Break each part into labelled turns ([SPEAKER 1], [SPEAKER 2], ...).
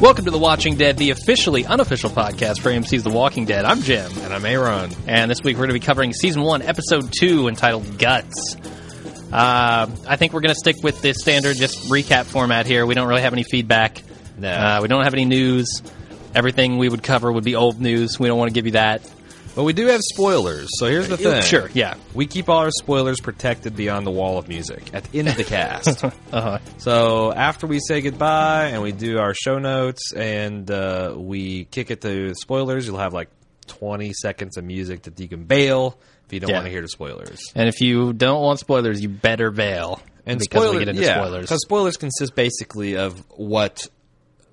[SPEAKER 1] Welcome to The Watching Dead, the officially unofficial podcast for AMC's The Walking Dead. I'm Jim,
[SPEAKER 2] And I'm Aaron.
[SPEAKER 1] and this week we're going to be covering season one, episode two, entitled Guts. Uh, I think we're going to stick with the standard just recap format here. We don't really have any feedback.
[SPEAKER 2] No.
[SPEAKER 1] Uh, we don't have any news. Everything we would cover would be old news. We don't want to give you that. Oh,
[SPEAKER 2] But we do have spoilers, so here's the thing.
[SPEAKER 1] Sure, yeah.
[SPEAKER 2] We keep all our spoilers protected beyond the wall of music at the end of the cast.
[SPEAKER 1] Uh-huh.
[SPEAKER 2] so after we say goodbye and we do our show notes and uh, we kick it to spoilers, you'll have like 20 seconds of music that you can bail if you don't
[SPEAKER 1] Yeah.
[SPEAKER 2] want to hear the spoilers.
[SPEAKER 1] And if you don't want spoilers, you better bail.
[SPEAKER 2] And
[SPEAKER 1] because
[SPEAKER 2] spoiler-
[SPEAKER 1] we get into
[SPEAKER 2] yeah,
[SPEAKER 1] spoilers.
[SPEAKER 2] Because spoilers consist basically of what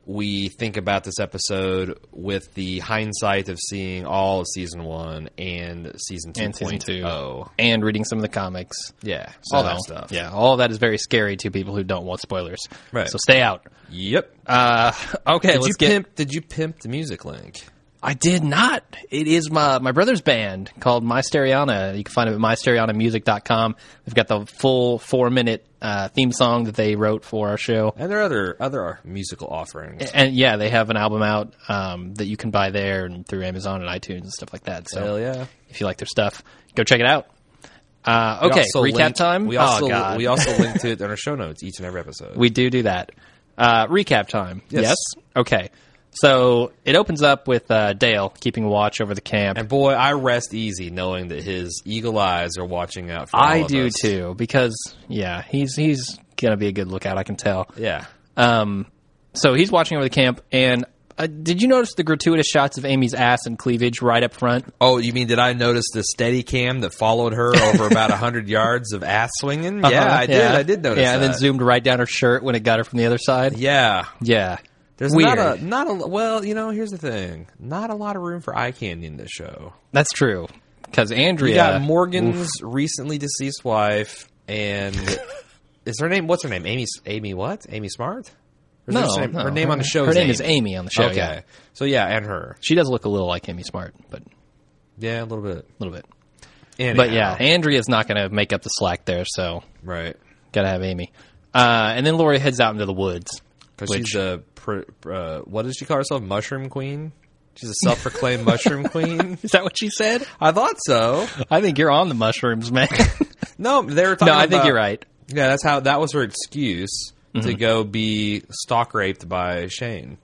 [SPEAKER 2] we think about this episode with the hindsight of seeing all of season one and season two
[SPEAKER 1] And season two.
[SPEAKER 2] Oh,
[SPEAKER 1] And reading some of the comics.
[SPEAKER 2] yeah, so
[SPEAKER 1] all
[SPEAKER 2] that
[SPEAKER 1] that
[SPEAKER 2] stuff.
[SPEAKER 1] Yeah, all that is very scary to people who don't want spoilers.
[SPEAKER 2] Right.
[SPEAKER 1] So stay out.
[SPEAKER 2] Yep.
[SPEAKER 1] Uh, okay,
[SPEAKER 2] did
[SPEAKER 1] let's
[SPEAKER 2] you
[SPEAKER 1] get.
[SPEAKER 2] pimp? Did you pimp the music link?
[SPEAKER 1] I did not. It is my my brother's band called My Stereana. You can find it at mysterianamusic.com. They've got the full four minute uh, theme song that they wrote for our show.
[SPEAKER 2] And there are other other uh, musical offerings.
[SPEAKER 1] And yeah, they have an album out um, that you can buy there and through Amazon and iTunes and stuff like that. So
[SPEAKER 2] Hell yeah.
[SPEAKER 1] if you like their stuff, go check it out. Uh,
[SPEAKER 2] We
[SPEAKER 1] okay,
[SPEAKER 2] also
[SPEAKER 1] recap
[SPEAKER 2] linked-
[SPEAKER 1] time.
[SPEAKER 2] We also
[SPEAKER 1] oh, God.
[SPEAKER 2] we also linked it in our show notes each and every episode.
[SPEAKER 1] We do do that. Uh, recap time.
[SPEAKER 2] Yes.
[SPEAKER 1] Okay. So it opens up with uh, Dale keeping watch over the camp.
[SPEAKER 2] and boy, I rest easy knowing that his eagle eyes are watching out for all
[SPEAKER 1] I
[SPEAKER 2] of
[SPEAKER 1] do
[SPEAKER 2] us.
[SPEAKER 1] too because yeah, he's he's gonna be a good lookout. I can tell.
[SPEAKER 2] Yeah.
[SPEAKER 1] Um, so he's watching over the camp, and uh, did you notice the gratuitous shots of Amy's ass and cleavage right up front?
[SPEAKER 2] Oh, you mean did I notice the steady cam that followed her over about 100 yards of ass swinging? yeah,
[SPEAKER 1] Uh-huh.
[SPEAKER 2] I did. I did notice
[SPEAKER 1] Yeah, and then
[SPEAKER 2] that.
[SPEAKER 1] zoomed right down her shirt when it got her from the other side.
[SPEAKER 2] Yeah.
[SPEAKER 1] Yeah,
[SPEAKER 2] There's
[SPEAKER 1] weird.
[SPEAKER 2] not a not a well, you know, here's the thing. Not a lot of room for eye candy in this show.
[SPEAKER 1] That's true. Because Andrea
[SPEAKER 2] You got Morgan's recently deceased wife and is her name what's her name? Amy Amy what? Amy Smart? Or is
[SPEAKER 1] No,
[SPEAKER 2] her name,
[SPEAKER 1] no.
[SPEAKER 2] her name on the show
[SPEAKER 1] Her
[SPEAKER 2] is
[SPEAKER 1] name
[SPEAKER 2] Amy.
[SPEAKER 1] is Amy on the show.
[SPEAKER 2] okay.
[SPEAKER 1] yeah.
[SPEAKER 2] So yeah, and her.
[SPEAKER 1] she does look a little like Amy Smart, but a
[SPEAKER 2] Yeah, a little bit.
[SPEAKER 1] little bit.
[SPEAKER 2] Anyhow.
[SPEAKER 1] But yeah, Andrea's not going to make up the slack there, so
[SPEAKER 2] right.
[SPEAKER 1] got to have Amy. Uh, and then Lori heads out into the woods.
[SPEAKER 2] Because
[SPEAKER 1] Which-
[SPEAKER 2] she's a pr- uh, what does she call herself? Mushroom queen. She's a self-proclaimed mushroom queen.
[SPEAKER 1] Is that what she said?
[SPEAKER 2] I thought so.
[SPEAKER 1] I think you're on the mushrooms, man.
[SPEAKER 2] No, they were talking.
[SPEAKER 1] no, I think
[SPEAKER 2] about-
[SPEAKER 1] you're right.
[SPEAKER 2] Yeah, that's how that was her excuse to go be stalk raped by Shane.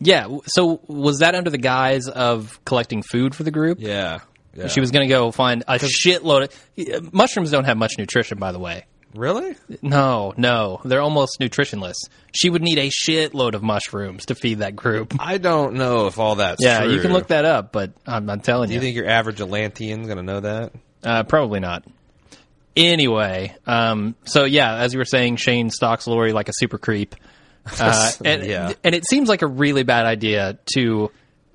[SPEAKER 1] Yeah. w- So was that under the guise of collecting food for the group?
[SPEAKER 2] Yeah, yeah.
[SPEAKER 1] She was going to go find a shitload of Yeah, mushrooms. Don't have much nutrition, by the way.
[SPEAKER 2] really.
[SPEAKER 1] No, no, they're almost nutritionless. She would need a shitload of mushrooms to feed that group.
[SPEAKER 2] I don't know if all that's
[SPEAKER 1] Yeah, you
[SPEAKER 2] true.
[SPEAKER 1] can look that up, but I'm, I'm telling
[SPEAKER 2] You think your average Atlantean's gonna know that?
[SPEAKER 1] Uh, probably not. Anyway, um, so yeah, as you were saying, Shane stalks Lori like a super creep, uh, and
[SPEAKER 2] Yeah.
[SPEAKER 1] and it seems like a really bad idea to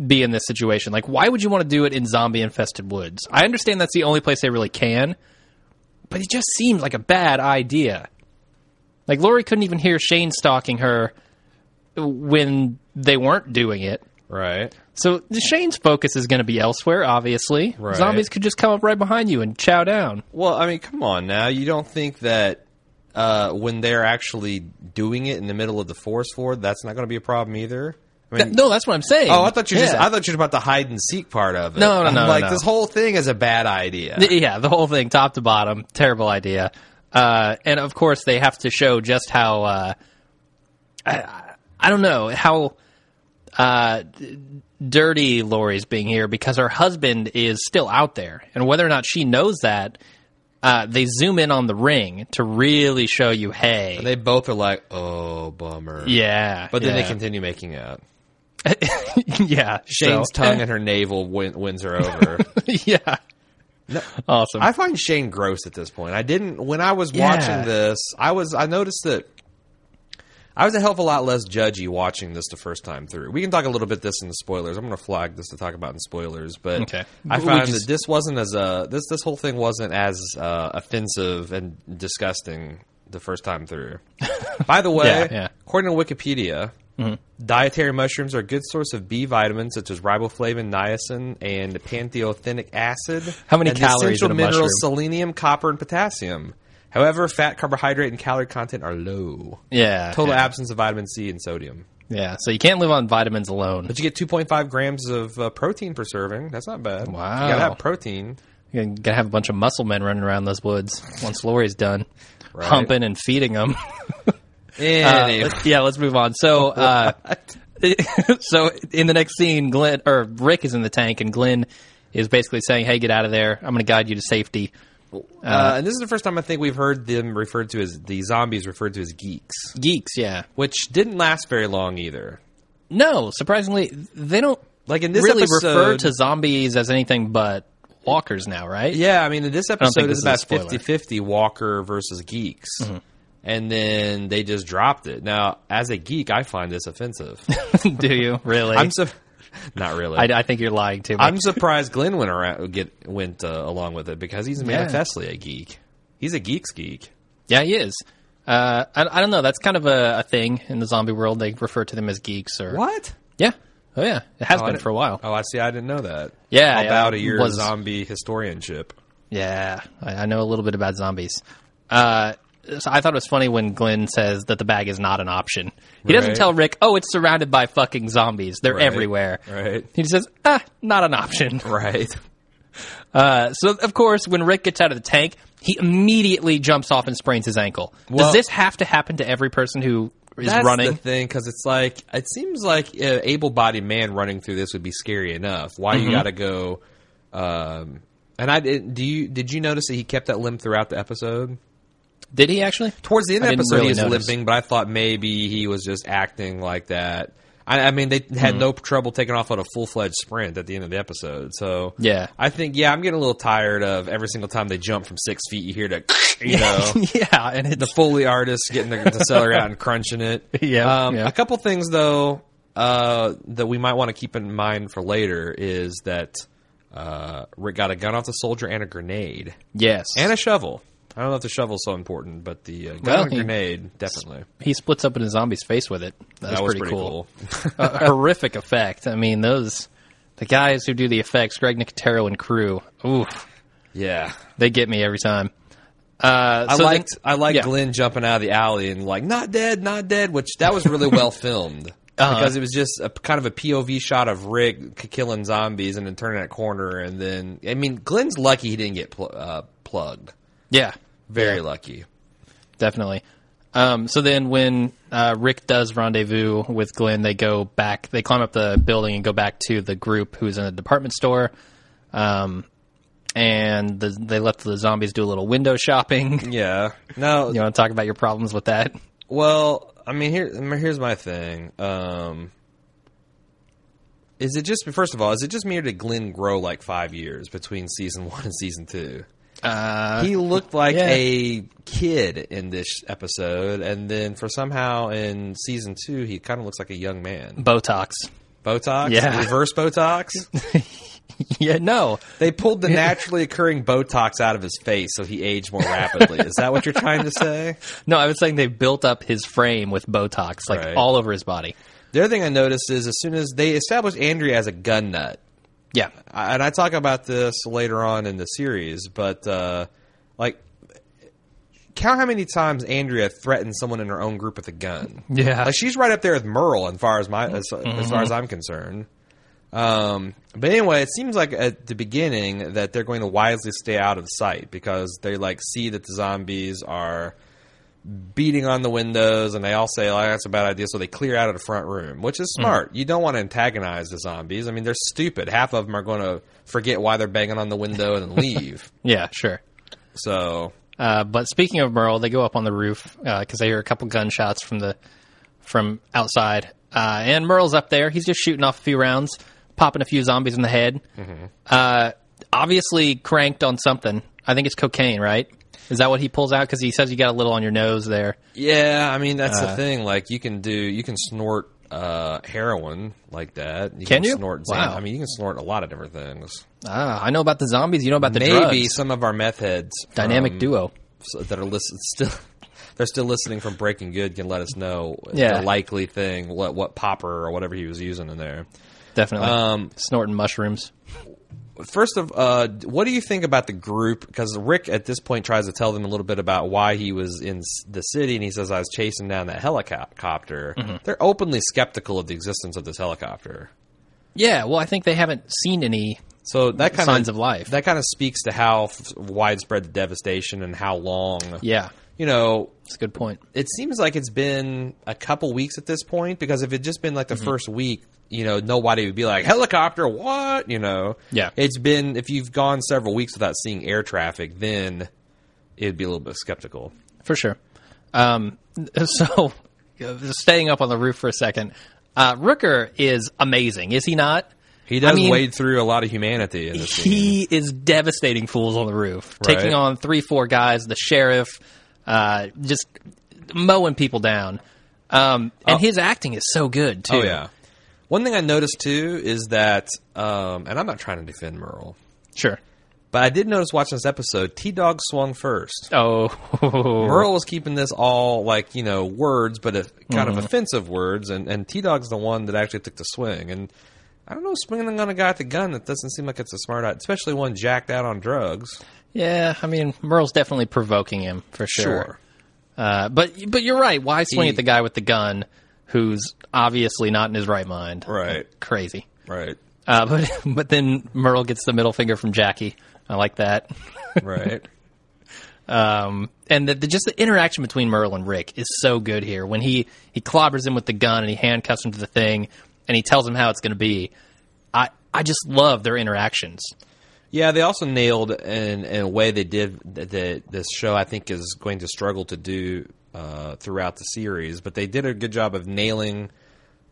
[SPEAKER 1] be in this situation. Like, why would you want to do it in zombie infested woods? I understand that's the only place they really can, but it just seems like a bad idea. Like Lori couldn't even hear Shane stalking her when they weren't doing it.
[SPEAKER 2] Right.
[SPEAKER 1] So Shane's focus is going to be elsewhere. Obviously,
[SPEAKER 2] Right.
[SPEAKER 1] zombies could just come up right behind you and chow down.
[SPEAKER 2] Well, I mean, come on now. You don't think that uh, when they're actually doing it in the middle of the forest floor, that's not going to be a problem either. I mean,
[SPEAKER 1] Th- no, that's what I'm saying.
[SPEAKER 2] oh, I thought you just
[SPEAKER 1] Yeah.
[SPEAKER 2] I thought you were about the hide and seek part of it.
[SPEAKER 1] No, no,
[SPEAKER 2] I'm
[SPEAKER 1] no, no,
[SPEAKER 2] Like
[SPEAKER 1] no.
[SPEAKER 2] this whole thing is a bad idea.
[SPEAKER 1] yeah, the whole thing, top to bottom, terrible idea. Uh, and of course, they have to show just how uh, I, I don't know how uh, d- dirty Lori's being here because her husband is still out there, and whether or not she knows that. Uh, they zoom in on the ring to really show you, hey,
[SPEAKER 2] They both are like, oh, bummer.
[SPEAKER 1] yeah.
[SPEAKER 2] But then
[SPEAKER 1] yeah.
[SPEAKER 2] they continue making eh. out.
[SPEAKER 1] can, yeah.
[SPEAKER 2] Shane's
[SPEAKER 1] so-
[SPEAKER 2] tongue and her navel win- wins her over.
[SPEAKER 1] yeah. Awesome.
[SPEAKER 2] I find Shane gross at this point. I didn't when I was
[SPEAKER 1] Yeah.
[SPEAKER 2] watching this. I was I noticed that I was a hell of a lot less judgy watching this the first time through. We can talk a little bit this in the spoilers. I'm going to flag this to talk about in spoilers, but
[SPEAKER 1] Okay.
[SPEAKER 2] I
[SPEAKER 1] But we
[SPEAKER 2] found
[SPEAKER 1] just-
[SPEAKER 2] that this wasn't as uh this this whole thing wasn't as uh, offensive and disgusting the first time through. By the way,
[SPEAKER 1] Yeah, Mm-hmm. yeah.
[SPEAKER 2] according to Wikipedia. Dietary mushrooms are a good source of B vitamins such as riboflavin, niacin, and pantheothenic acid.
[SPEAKER 1] How many
[SPEAKER 2] And the
[SPEAKER 1] calories
[SPEAKER 2] essential
[SPEAKER 1] in a
[SPEAKER 2] minerals
[SPEAKER 1] mushroom?
[SPEAKER 2] selenium, copper, and potassium. However, fat, carbohydrate, and calorie content are low.
[SPEAKER 1] yeah.
[SPEAKER 2] Total
[SPEAKER 1] yeah.
[SPEAKER 2] absence of vitamin C and sodium.
[SPEAKER 1] Yeah, so you can't live on vitamins alone.
[SPEAKER 2] But you get 2.5 grams of uh, protein per serving. That's not bad.
[SPEAKER 1] Wow.
[SPEAKER 2] You gotta have protein.
[SPEAKER 1] You're gonna have a bunch of muscle men running around those woods once Lori's done
[SPEAKER 2] Right.
[SPEAKER 1] humping and feeding them.
[SPEAKER 2] Anyway.
[SPEAKER 1] yeah, Uh, let's move on. So, uh, so in the next scene, Glenn or Rick is in the tank, and Glenn is basically saying, "Hey, get out of there! I'm going to guide you to safety."
[SPEAKER 2] Uh, and this is the first time I think we've heard them referred to as the zombies referred to as geeks,
[SPEAKER 1] Geeks, yeah.
[SPEAKER 2] which didn't last very long either.
[SPEAKER 1] No, surprisingly, they don't
[SPEAKER 2] Like in this
[SPEAKER 1] really
[SPEAKER 2] episode,
[SPEAKER 1] refer to zombies as anything but walkers now, right?
[SPEAKER 2] yeah, I mean, this episode
[SPEAKER 1] this
[SPEAKER 2] is
[SPEAKER 1] is a
[SPEAKER 2] about
[SPEAKER 1] spoiler. Mm-hmm.
[SPEAKER 2] 50 50 Walker versus geeks. And then they just dropped it. Now, as a geek, I find this offensive.
[SPEAKER 1] Do you really?
[SPEAKER 2] I'm so not really.
[SPEAKER 1] I, I think you're lying too much.
[SPEAKER 2] I'm surprised Glenn went around, get went uh, along with it because he's manifestly a geek. He's a geek's geek.
[SPEAKER 1] yeah, he is. Uh, I, I don't know. That's kind of a, a thing in the zombie world. They refer to them as geeks or
[SPEAKER 2] What?
[SPEAKER 1] Yeah. Oh yeah. It has
[SPEAKER 2] I
[SPEAKER 1] been
[SPEAKER 2] didn't-
[SPEAKER 1] for a while.
[SPEAKER 2] Oh, I see. I didn't know that.
[SPEAKER 1] Yeah, yeah,
[SPEAKER 2] about
[SPEAKER 1] I
[SPEAKER 2] a year
[SPEAKER 1] was-
[SPEAKER 2] zombie historianship.
[SPEAKER 1] Yeah, I, I know a little bit about zombies. Uh, so I thought it was funny when Glenn says that the bag is not an option. He doesn't
[SPEAKER 2] Right.
[SPEAKER 1] tell Rick, "Oh, it's surrounded by fucking zombies. They're
[SPEAKER 2] Right.
[SPEAKER 1] everywhere."
[SPEAKER 2] Right.
[SPEAKER 1] He just says, "Ah, not an option."
[SPEAKER 2] Right.
[SPEAKER 1] Uh, so of course, when Rick gets out of the tank, he immediately jumps off and sprains his ankle.
[SPEAKER 2] Well-
[SPEAKER 1] Does this have to happen to every person who is
[SPEAKER 2] That's the
[SPEAKER 1] running?
[SPEAKER 2] thing because it's like it seems like an able-bodied man running through this would be scary enough. Why
[SPEAKER 1] Mm-hmm.
[SPEAKER 2] you got to go? Um, and I did. Do you did you notice that he kept that limp throughout the episode?
[SPEAKER 1] Did he actually?
[SPEAKER 2] Towards the end of
[SPEAKER 1] I
[SPEAKER 2] the
[SPEAKER 1] didn't
[SPEAKER 2] episode,
[SPEAKER 1] really
[SPEAKER 2] he was
[SPEAKER 1] notice.
[SPEAKER 2] limping, but I thought maybe he was just acting like that. I, I mean, they
[SPEAKER 1] Mm-hmm.
[SPEAKER 2] had no trouble taking off on a full fledged sprint at the end of the episode. So
[SPEAKER 1] Yeah.
[SPEAKER 2] I think yeah, I'm getting a little tired of every single time they jump from six feet. You hear the you know
[SPEAKER 1] yeah, and it's
[SPEAKER 2] the Foley artist getting the, the celery out and crunching it.
[SPEAKER 1] Yeah,
[SPEAKER 2] Um,
[SPEAKER 1] yeah.
[SPEAKER 2] A couple things though uh, that we might want to keep in mind for later is that uh, Rick got a gun off the soldier and a grenade
[SPEAKER 1] yes.
[SPEAKER 2] and a shovel. I don't know if the shovel's so important, but the uh, gun
[SPEAKER 1] Well,
[SPEAKER 2] and
[SPEAKER 1] he-
[SPEAKER 2] grenade definitely.
[SPEAKER 1] he splits up in a zombie's face with it. That, was, pretty, cool.
[SPEAKER 2] cool.
[SPEAKER 1] a horrific effect. I mean, those the guys who do the effects, Greg Nicotero and crew. Oof,
[SPEAKER 2] yeah,
[SPEAKER 1] they get me every time. Uh,
[SPEAKER 2] I
[SPEAKER 1] so
[SPEAKER 2] liked I liked
[SPEAKER 1] yeah.
[SPEAKER 2] Glenn jumping out of the alley and like not dead, not dead, which that was really well filmed
[SPEAKER 1] Uh-huh.
[SPEAKER 2] because it was just a kind of a POV shot of Rick k- killing zombies and then turning that corner and then I mean Glenn's lucky he didn't get pl- uh, plugged,
[SPEAKER 1] then- yeah,
[SPEAKER 2] very lucky.
[SPEAKER 1] definitely. Um, so then, when uh, Rick does rendezvous with Glenn, they go back. They climb up the building and go back to the group who's in the department store. Um, and the, they let the zombies do a little window shopping.
[SPEAKER 2] Yeah, no,
[SPEAKER 1] You want to talk about your problems with that?
[SPEAKER 2] Well, I mean, here I mean, here's my thing. Um, is it just first of all, is it just me or did Glenn grow like five years between season one and season two?
[SPEAKER 1] Uh,
[SPEAKER 2] He looked like
[SPEAKER 1] yeah.
[SPEAKER 2] a kid in this episode, and then for somehow in season two, he kind of looks like a young man.
[SPEAKER 1] Botox.
[SPEAKER 2] Botox,
[SPEAKER 1] Yeah.
[SPEAKER 2] reverse Botox.
[SPEAKER 1] Yeah, no.
[SPEAKER 2] they pulled the naturally occurring Botox out of his face, so he aged more rapidly. is that what you're trying to say?
[SPEAKER 1] No, I was saying they built up his frame with Botox, like
[SPEAKER 2] Right.
[SPEAKER 1] all over his body.
[SPEAKER 2] The other thing I noticed is as soon as they established Andrea as a gun nut,
[SPEAKER 1] Yeah.
[SPEAKER 2] I- and I talk about this later on in the series, but uh, like, count how many times Andrea threatened someone in her own group with a gun.
[SPEAKER 1] Yeah.
[SPEAKER 2] like Uh, she's right up there with Merle, as far as my as, as far as I'm concerned. Um, but anyway, it seems like at the beginning that they're going to wisely stay out of sight because they like see that the zombies are beating on the windows, and they all say, "Oh, that's a bad idea." So they clear out of the front room, which is smart. You don't want to antagonize the zombies. I mean, they're stupid. Half of them are going to forget why they're banging on the window and leave.
[SPEAKER 1] Yeah, sure.
[SPEAKER 2] so
[SPEAKER 1] Uh, but speaking of Merle, they go up on the roof because they hear a couple gunshots from the from outside, uh, and Merle's up there. He's just shooting off a few rounds, popping a few zombies in the head.
[SPEAKER 2] Mm-hmm.
[SPEAKER 1] Uh, obviously cranked on something. I think it's cocaine, right? Is that what he pulls out? Because he says you got a little on your nose there.
[SPEAKER 2] yeah, I mean that's
[SPEAKER 1] Uh,
[SPEAKER 2] the thing. Like you can do, you can snort uh, heroin like that. You
[SPEAKER 1] Can you?
[SPEAKER 2] snort?
[SPEAKER 1] Wow.
[SPEAKER 2] Xan- I mean, you can snort a lot of different things.
[SPEAKER 1] Ah, I know about the zombies. You know about the
[SPEAKER 2] Maybe
[SPEAKER 1] drugs.
[SPEAKER 2] some of our meth heads,
[SPEAKER 1] Dynamic
[SPEAKER 2] from-
[SPEAKER 1] duo.
[SPEAKER 2] so- that are listen still they're still listening from Breaking Good can let us know
[SPEAKER 1] Yeah.
[SPEAKER 2] the likely thing what what popper or whatever he was using in there.
[SPEAKER 1] Definitely.
[SPEAKER 2] Um,
[SPEAKER 1] Snorting mushrooms.
[SPEAKER 2] first of uh, what do you think about the group? Because Rick at this point tries to tell them a little bit about why he was in s- the city, and he says, "I was chasing down that helicopter."
[SPEAKER 1] Mm-hmm.
[SPEAKER 2] They're openly skeptical of the existence of this helicopter.
[SPEAKER 1] Yeah, well, I think they haven't seen any.
[SPEAKER 2] So that kind
[SPEAKER 1] Signs of life.
[SPEAKER 2] That kind of speaks to how f- widespread the devastation and how long.
[SPEAKER 1] Yeah,
[SPEAKER 2] You know,
[SPEAKER 1] it's a good point.
[SPEAKER 2] it seems like it's been a couple weeks at this point because if it just been like
[SPEAKER 1] Mm-hmm.
[SPEAKER 2] the first week, you know, nobody would be like helicopter, what? You know,
[SPEAKER 1] Yeah.
[SPEAKER 2] It's been if you've gone several weeks without seeing air traffic, then it'd be a little bit skeptical.
[SPEAKER 1] for sure. Um, so, staying up on the roof for a second, uh, Rooker is amazing, is he not?
[SPEAKER 2] He does
[SPEAKER 1] I mean-
[SPEAKER 2] wade through a lot of humanity in this scene.
[SPEAKER 1] He is devastating fools on the roof,
[SPEAKER 2] Right.
[SPEAKER 1] taking on three, four guys, the sheriff, uh, just mowing people down. Um, and his acting is so good too.
[SPEAKER 2] Oh yeah. One thing I noticed too is that, um, and I'm not trying to defend Merle,
[SPEAKER 1] sure.
[SPEAKER 2] but I did notice watching this episode, T Dog swung first.
[SPEAKER 1] Oh,
[SPEAKER 2] Merle was keeping this all like you know words, but uh kind of offensive words, and and T Dog's the one that actually took the swing, and I don't know swinging on a guy with a gun that doesn't seem like it's a smart idea, especially one jacked out on drugs.
[SPEAKER 1] yeah. I mean, Merle's definitely provoking him for sure. Uh, but but you're right. Why swing
[SPEAKER 2] He-
[SPEAKER 1] at the guy with the gun who's obviously not in his right mind?
[SPEAKER 2] Right.
[SPEAKER 1] Crazy.
[SPEAKER 2] right,
[SPEAKER 1] Uh, but but then Merle gets the middle finger from Jackie. I like that.
[SPEAKER 2] right.
[SPEAKER 1] Um, and the, the, just the interaction between Merle and Rick is so good here. When he he clobbers him with the gun and he handcuffs him to the thing, and he tells him how it's going to be. I I just love their interactions.
[SPEAKER 2] yeah, they also nailed in, in a way they did that- that this show I think is going to struggle to do uh, throughout the series, but they did a good job of nailing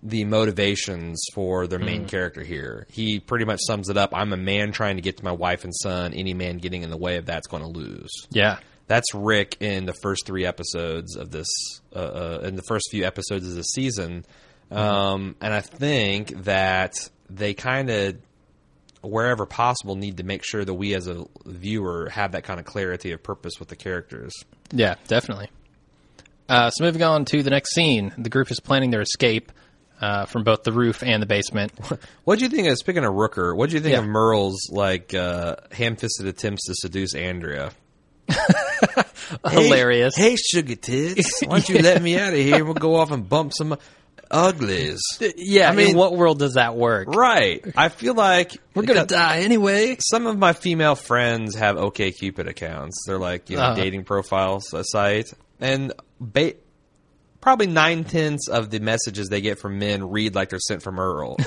[SPEAKER 2] the motivations for their main character here. He pretty much sums it up. I'm a man trying to get to my wife and son. Any man getting in the way of that's going to lose.
[SPEAKER 1] Yeah,
[SPEAKER 2] That's Rick in the first three episodes of this, uh, uh, in the first few episodes of the season. Um, and I think that they kind of, wherever possible, need to make sure that we as a viewer have that kind of clarity of purpose with the characters.
[SPEAKER 1] yeah, definitely. Uh, so moving on to the next scene, the group is planning their escape uh, from both the roof and the basement.
[SPEAKER 2] What do you think of speaking of Rooker? What do you think
[SPEAKER 1] Yeah.
[SPEAKER 2] of Merle's like uh, ham-fisted attempts to seduce Andrea?
[SPEAKER 1] Hilarious.
[SPEAKER 2] Hey, sugar tits, why don't you let me out of here? We'll go off and bump some uglies.
[SPEAKER 1] Yeah,
[SPEAKER 2] I
[SPEAKER 1] I mean,
[SPEAKER 2] mean-
[SPEAKER 1] in what world does that work?
[SPEAKER 2] Right. I feel like
[SPEAKER 1] We're gonna die anyway.
[SPEAKER 2] some of my female friends have OK Cupid accounts. They're like you know
[SPEAKER 1] Uh-huh.
[SPEAKER 2] dating profiles a site, and ba- probably nine tenths of the messages they get from men read like they're sent from Merle.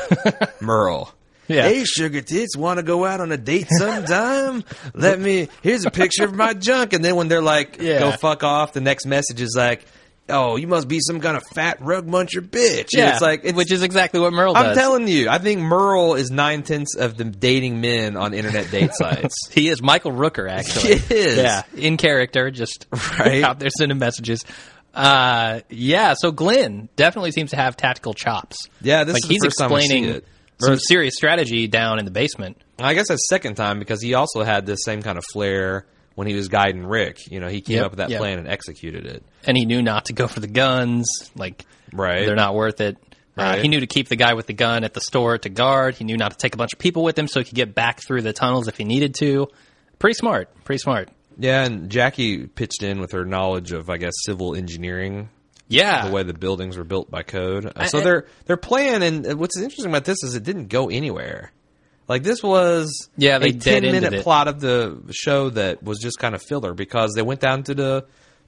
[SPEAKER 2] Merle.
[SPEAKER 1] Yeah.
[SPEAKER 2] Hey, sugar tits, want to go out on a date sometime? Let me. Here's a picture of my junk, and then when they're like,
[SPEAKER 1] Yeah.
[SPEAKER 2] "Go fuck off," the next message is like, "Oh, you must be some kind of fat rug muncher bitch." And it's like it's
[SPEAKER 1] which is exactly what Merle
[SPEAKER 2] I'm
[SPEAKER 1] does.
[SPEAKER 2] telling you, I think Merle is nine tenths of the dating men on internet date sites.
[SPEAKER 1] He is Michael Rooker, actually.
[SPEAKER 2] He is.
[SPEAKER 1] Yeah, in character, just
[SPEAKER 2] Right.
[SPEAKER 1] out there sending messages. Uh, yeah. So Glenn definitely seems to have tactical chops.
[SPEAKER 2] Yeah, this
[SPEAKER 1] like
[SPEAKER 2] is the
[SPEAKER 1] he's
[SPEAKER 2] first time I've
[SPEAKER 1] explaining
[SPEAKER 2] seen it.
[SPEAKER 1] some
[SPEAKER 2] Versus-
[SPEAKER 1] serious strategy down in the basement.
[SPEAKER 2] I guess that's second time because he also had this same kind of flair when he was guiding Rick. You know, he came
[SPEAKER 1] Yep,
[SPEAKER 2] up with that
[SPEAKER 1] yep.
[SPEAKER 2] plan and executed it.
[SPEAKER 1] and he knew not to go for the guns. Like,
[SPEAKER 2] Right.
[SPEAKER 1] they're not worth it. Uh,
[SPEAKER 2] Right.
[SPEAKER 1] he knew to keep the guy with the gun at the store to guard. He knew not to take a bunch of people with him so he could get back through the tunnels if he needed to. Pretty smart. Pretty smart.
[SPEAKER 2] Yeah, and Jackie pitched in with her knowledge of, I guess, civil engineering,
[SPEAKER 1] Yeah.
[SPEAKER 2] the way the buildings were built by code. Uh, so
[SPEAKER 1] I-
[SPEAKER 2] their their plan, and what's interesting about this is it didn't go anywhere. Like this was
[SPEAKER 1] Yeah, they
[SPEAKER 2] a ten
[SPEAKER 1] dead-ended
[SPEAKER 2] minute
[SPEAKER 1] it.
[SPEAKER 2] plot of the show that was just kind of filler because they went down to the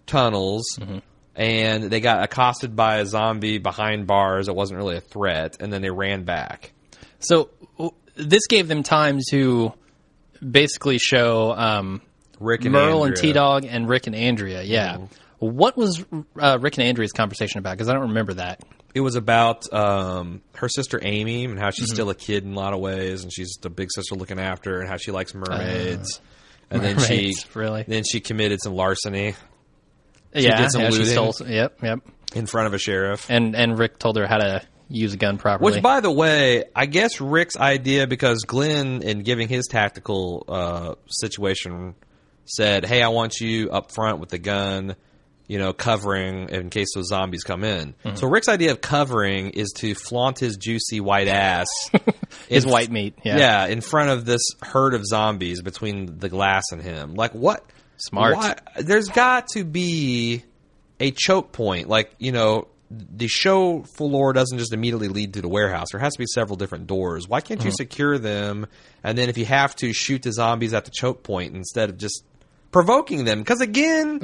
[SPEAKER 2] tunnels
[SPEAKER 1] Mm-hmm.
[SPEAKER 2] and they got accosted by a zombie behind bars. It wasn't really a threat, and then they ran back.
[SPEAKER 1] so w- this gave them time to basically show um,
[SPEAKER 2] Rick and
[SPEAKER 1] Merle and
[SPEAKER 2] Andrea. Mm-hmm.
[SPEAKER 1] T Dog and Rick and Andrea. Yeah. What was uh, Rick and Andrea's conversation about? Because I don't remember that.
[SPEAKER 2] It was about um, her sister Amy and how
[SPEAKER 1] Mm-hmm.
[SPEAKER 2] she's still a kid in a lot of ways, and she's the big sister looking after, her and how she likes mermaids. and then
[SPEAKER 1] Uh, mermaids,
[SPEAKER 2] she
[SPEAKER 1] really?
[SPEAKER 2] then she committed some larceny
[SPEAKER 1] yeah,
[SPEAKER 2] did some
[SPEAKER 1] yeah, she
[SPEAKER 2] looting.
[SPEAKER 1] stole. some- Yep, yep.
[SPEAKER 2] in front of a sheriff.
[SPEAKER 1] And and Rick told her how to use a gun properly.
[SPEAKER 2] Which, by the way, I guess Rick's idea because Glenn, in giving his tactical uh, situation, said, "Hey, I want you up front with the gun. you know, covering in case those zombies come in.
[SPEAKER 1] Mm-hmm.
[SPEAKER 2] So Rick's idea of covering is to flaunt his juicy white ass,
[SPEAKER 1] His
[SPEAKER 2] in-
[SPEAKER 1] white meat. Yeah.
[SPEAKER 2] yeah, in front of this herd of zombies between the glass and him. Like what?
[SPEAKER 1] Smart.
[SPEAKER 2] There's got to be a choke point. Like you know, the show floor doesn't just immediately lead to the warehouse. There has to be several different doors. Why can't you
[SPEAKER 1] Uh-huh.
[SPEAKER 2] secure them? And then if you have to shoot the zombies at the choke point instead of just provoking them, because again,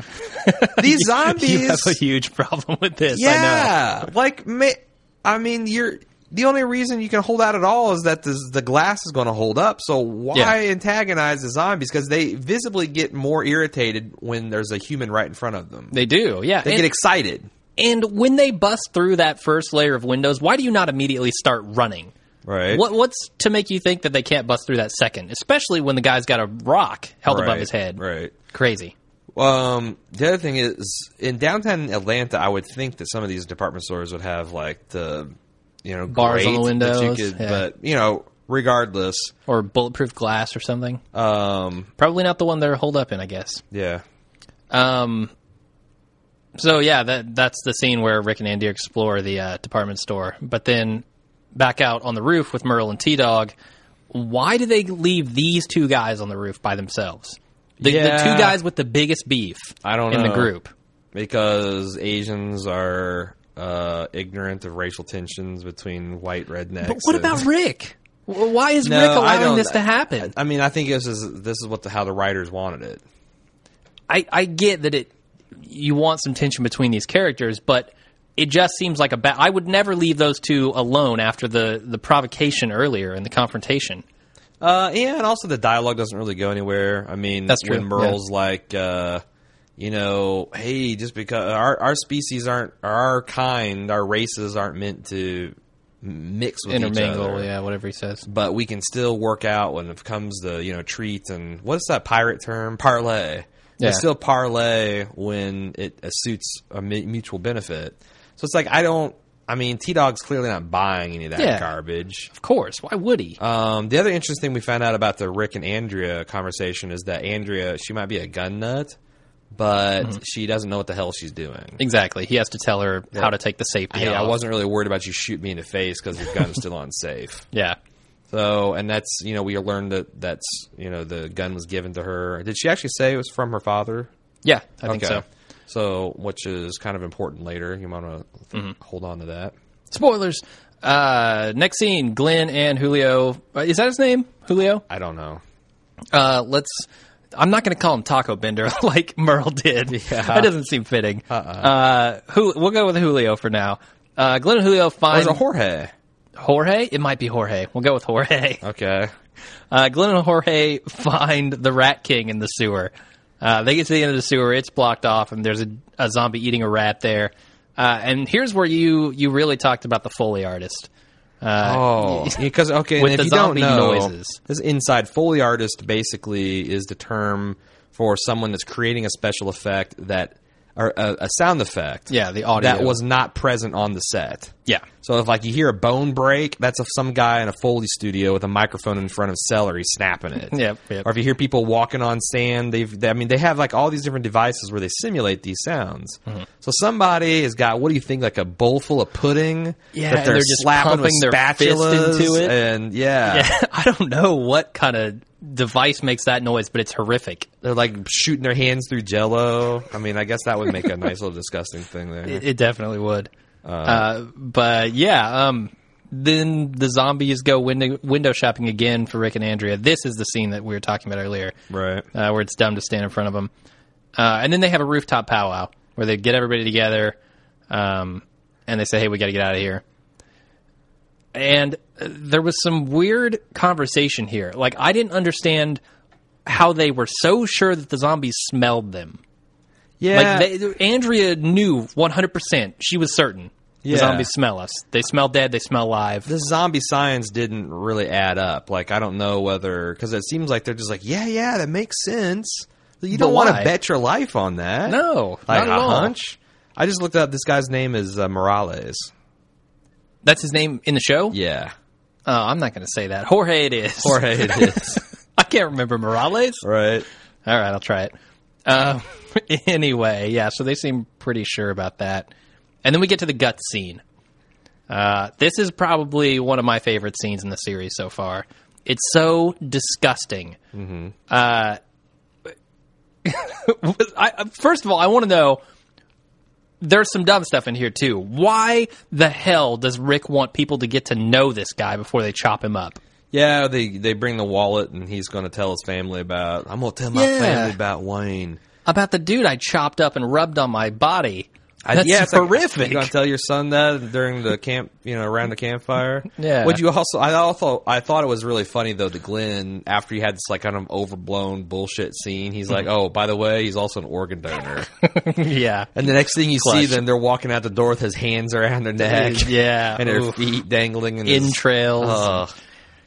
[SPEAKER 2] these zombies
[SPEAKER 1] You have a huge problem with this. I know.
[SPEAKER 2] yeah, like ma- I mean, you're the only reason you can hold out at all is that this, the glass is going to hold up. So why
[SPEAKER 1] Yeah.
[SPEAKER 2] antagonize the zombies? Because they visibly get more irritated when there's a human right in front of them. They,
[SPEAKER 1] They do. Yeah. and,
[SPEAKER 2] get excited.
[SPEAKER 1] and when they bust through that first layer of windows, why do you not immediately start running?
[SPEAKER 2] Right.
[SPEAKER 1] What, what's to make you think that they can't bust through that second, especially when the guy's got a rock held above
[SPEAKER 2] Right,
[SPEAKER 1] his head?
[SPEAKER 2] Right.
[SPEAKER 1] Crazy.
[SPEAKER 2] Um, the other thing is in downtown Atlanta, I would think that some of these department stores would have like the you know
[SPEAKER 1] Bars on the
[SPEAKER 2] grate that you
[SPEAKER 1] windows,
[SPEAKER 2] could,
[SPEAKER 1] yeah.
[SPEAKER 2] but you know, regardless,
[SPEAKER 1] Or bulletproof glass or something.
[SPEAKER 2] um,
[SPEAKER 1] Probably not the one they're holed up in, I guess.
[SPEAKER 2] yeah.
[SPEAKER 1] Um, so yeah, that that's the scene where Rick and Andy explore the uh, department store, but then back out on the roof with Merle and T Dog. Why do they leave these two guys on the roof by themselves? The, the
[SPEAKER 2] Yeah.
[SPEAKER 1] two guys with the biggest beef
[SPEAKER 2] I don't
[SPEAKER 1] in
[SPEAKER 2] know.
[SPEAKER 1] the group.
[SPEAKER 2] because Asians are uh, ignorant of racial tensions between white rednecks.
[SPEAKER 1] But what
[SPEAKER 2] and-
[SPEAKER 1] about Rick? W- Why is
[SPEAKER 2] No,
[SPEAKER 1] Rick
[SPEAKER 2] I
[SPEAKER 1] allowing
[SPEAKER 2] don't-
[SPEAKER 1] this to happen?
[SPEAKER 2] I mean, I think this is this is what the, how the writers wanted it.
[SPEAKER 1] I, I get that it you want some tension between these characters, but it just seems like a bad. I would never leave those two alone after the the provocation earlier and the confrontation.
[SPEAKER 2] Uh, yeah, and also the dialogue doesn't really go anywhere. I mean,
[SPEAKER 1] That's true,
[SPEAKER 2] When Merle's like, uh, you know, hey, just because our our species aren't our kind, our races aren't meant to mix with each
[SPEAKER 1] Intermingle,
[SPEAKER 2] other.
[SPEAKER 1] yeah, whatever he says.
[SPEAKER 2] But we can still work out when it comes to you know treats and what's that pirate term parlay.
[SPEAKER 1] Yeah.
[SPEAKER 2] They still parlay when it uh, suits a mu- mutual benefit. So it's like I don't. I mean, T Dog's clearly not buying any of that
[SPEAKER 1] Yeah.
[SPEAKER 2] garbage.
[SPEAKER 1] Of course, why would he?
[SPEAKER 2] Um, the other interesting thing we found out about the Rick and Andrea conversation is that Andrea she might be a gun nut, but
[SPEAKER 1] Mm-hmm.
[SPEAKER 2] she doesn't know what the hell she's doing.
[SPEAKER 1] exactly, he has to tell her how to take the safety
[SPEAKER 2] Hey, I
[SPEAKER 1] off.
[SPEAKER 2] wasn't really worried about you shooting me in the face because the gun's still unsafe.
[SPEAKER 1] yeah,
[SPEAKER 2] So, and that's you know we learned that that's you know the gun was given to her. Did she actually say it was from her father?
[SPEAKER 1] yeah, I think so.
[SPEAKER 2] So, which is kind of important later. You might want to
[SPEAKER 1] Mm-hmm.
[SPEAKER 2] hold on to that.
[SPEAKER 1] Spoilers. Uh, next scene: Glenn and Julio. uh, Is that his name? Julio.
[SPEAKER 2] I don't know.
[SPEAKER 1] Uh, let's. I'm not going to call him Taco Bender like Merle did. That doesn't seem fitting. Uh-uh. Uh, Ju- we'll go with Julio for now. Uh, Glenn and Julio
[SPEAKER 2] There's
[SPEAKER 1] find
[SPEAKER 2] a Jorge.
[SPEAKER 1] Jorge. It might be Jorge. We'll go with Jorge.
[SPEAKER 2] Okay.
[SPEAKER 1] Uh, Glenn and Jorge find the Rat King in the sewer. Uh, they get to the end of the sewer. It's blocked off, and there's a, a zombie eating a rat there. Uh, and here's where you you really talked about the foley artist.
[SPEAKER 2] Oh, because okay, and
[SPEAKER 1] With
[SPEAKER 2] if
[SPEAKER 1] the
[SPEAKER 2] you
[SPEAKER 1] zombie
[SPEAKER 2] don't know,
[SPEAKER 1] noises.
[SPEAKER 2] this inside foley artist basically is the term for someone that's creating a special effect that or a, a sound effect.
[SPEAKER 1] Yeah, the audio
[SPEAKER 2] that was not present on the set.
[SPEAKER 1] yeah.
[SPEAKER 2] So if like you hear a bone break, that's of some guy in a Foley studio with a microphone in front of celery snapping it.
[SPEAKER 1] Yep, yep.
[SPEAKER 2] Or if you hear people walking on sand, they've they, I mean they have like all these different devices where they simulate these sounds.
[SPEAKER 1] Mm-hmm.
[SPEAKER 2] So somebody has got what do you think like a bowl full of pudding
[SPEAKER 1] Yeah, and
[SPEAKER 2] that they're,
[SPEAKER 1] they're just
[SPEAKER 2] slapping with
[SPEAKER 1] pumping their fist
[SPEAKER 2] spatulas
[SPEAKER 1] into it.
[SPEAKER 2] and yeah,
[SPEAKER 1] Yeah, I don't know what kind of device makes that noise, but it's horrific.
[SPEAKER 2] they're like shooting their hands through jello. I mean, I guess that would make a nice little disgusting thing there.
[SPEAKER 1] It, it definitely would. Mm-hmm. Uh, but yeah, um, then the zombies go window, window shopping again for Rick and Andrea. This is the scene that we were talking about earlier,
[SPEAKER 2] right.
[SPEAKER 1] uh, where it's dumb to stand in front of them. Uh, and then they have a rooftop powwow where they get everybody together, um, and they say, "Hey, we got to get out of here." And uh, there was some weird conversation here. Like I didn't understand how they were so sure that the zombies smelled them.
[SPEAKER 2] Yeah.
[SPEAKER 1] Like they, Andrea knew 100%. She was certain.
[SPEAKER 2] Yeah.
[SPEAKER 1] The zombies smell us. They smell dead. They smell alive.
[SPEAKER 2] the zombie science didn't really add up. Like I don't know whether because it seems like they're just like, yeah, yeah, that makes sense. You don't want to
[SPEAKER 1] why?
[SPEAKER 2] bet your life on that.
[SPEAKER 1] No,
[SPEAKER 2] like
[SPEAKER 1] not
[SPEAKER 2] a
[SPEAKER 1] at all.
[SPEAKER 2] hunch. I just looked up. This guy's name is uh, Morales.
[SPEAKER 1] That's his name in the show?
[SPEAKER 2] Yeah,
[SPEAKER 1] Oh, I'm not going to say that. Jorge it is.
[SPEAKER 2] Jorge it is.
[SPEAKER 1] I can't remember Morales.
[SPEAKER 2] right.
[SPEAKER 1] All right, I'll try it. Uh, anyway, yeah, so they seem pretty sure about that. And then we get to the gut scene. Uh, this is probably one of my favorite scenes in the series so far. It's so disgusting. Uh, I, first of all, I want to know there's some dumb stuff in here too. Why the hell does Rick want people to get to know this guy before they chop him up?
[SPEAKER 2] Yeah, they they bring the wallet and he's going to tell his family about. I'm going to tell my
[SPEAKER 1] Yeah.
[SPEAKER 2] family about Wayne.
[SPEAKER 1] About the dude I chopped up and rubbed on my body.
[SPEAKER 2] I-
[SPEAKER 1] That's
[SPEAKER 2] yeah, it's like,
[SPEAKER 1] horrific.
[SPEAKER 2] you gonna tell your son that during the camp, you know, around the campfire.
[SPEAKER 1] Yeah.
[SPEAKER 2] Would you also? I also I thought it was really funny though. that Glenn, after he had this like kind of overblown bullshit scene, he's like, "Oh, by the way, he's also an organ donor."
[SPEAKER 1] yeah.
[SPEAKER 2] and the next thing you see
[SPEAKER 1] Clutch.
[SPEAKER 2] them, they're walking out the door with his hands around their neck,
[SPEAKER 1] Yeah.
[SPEAKER 2] and their
[SPEAKER 1] Oof.
[SPEAKER 2] feet dangling and his-
[SPEAKER 1] Entrails.
[SPEAKER 2] Ugh.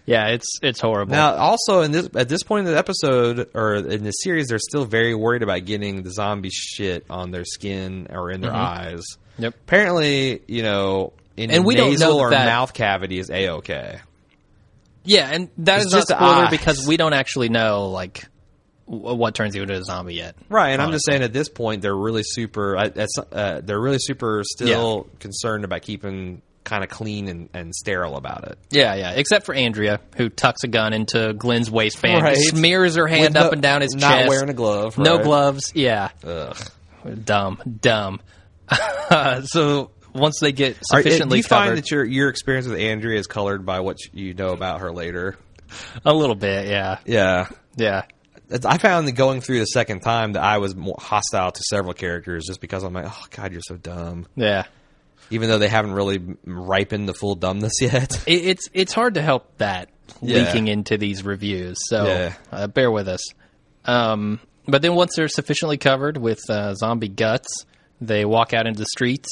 [SPEAKER 1] yeah, it's it's horrible.
[SPEAKER 2] Now, also in this at this point in the episode or in the series, they're still very worried about getting the zombie shit on their skin or in their eyes.
[SPEAKER 1] Yep.
[SPEAKER 2] Apparently, you know,
[SPEAKER 1] And
[SPEAKER 2] in Mm-hmm. and
[SPEAKER 1] we
[SPEAKER 2] we
[SPEAKER 1] don't
[SPEAKER 2] nasal
[SPEAKER 1] know that
[SPEAKER 2] or
[SPEAKER 1] that-
[SPEAKER 2] mouth cavity is a okay.
[SPEAKER 1] yeah, and that
[SPEAKER 2] It's
[SPEAKER 1] is just
[SPEAKER 2] just the
[SPEAKER 1] not spoiler
[SPEAKER 2] eyes.
[SPEAKER 1] because we don't actually know like w- what turns you into a zombie yet.
[SPEAKER 2] Right, and I'm just saying at this point they're really super. at- at some- Uh, they're really super still concerned about keeping kind of clean and, and sterile about it.
[SPEAKER 1] Yeah, yeah. Except for Andrea, who tucks a gun into Glenn's waistband,
[SPEAKER 2] Right.
[SPEAKER 1] smears her hand
[SPEAKER 2] With
[SPEAKER 1] up
[SPEAKER 2] no-
[SPEAKER 1] and down his
[SPEAKER 2] not
[SPEAKER 1] chest,
[SPEAKER 2] wearing a glove,
[SPEAKER 1] no
[SPEAKER 2] right?
[SPEAKER 1] gloves. Yeah,
[SPEAKER 2] Ugh.
[SPEAKER 1] dumb, dumb. uh, so once they get
[SPEAKER 2] Are- do
[SPEAKER 1] sufficiently
[SPEAKER 2] you
[SPEAKER 1] covered,
[SPEAKER 2] find that your your experience with Andrea is colored by what you know about her later?
[SPEAKER 1] a little bit. Yeah,
[SPEAKER 2] Yeah.
[SPEAKER 1] yeah.
[SPEAKER 2] It's- I found that going through the second time that I was more hostile to several characters just because I'm like, oh god, you're so dumb.
[SPEAKER 1] Yeah,
[SPEAKER 2] Even though they haven't really m- ripened the full dumbness yet.
[SPEAKER 1] it, it's it's hard to help that
[SPEAKER 2] Yeah.
[SPEAKER 1] leaking into these reviews. So
[SPEAKER 2] Yeah.
[SPEAKER 1] uh, bear with us. Um, but then once they're sufficiently covered with uh, zombie guts, they walk out into the streets,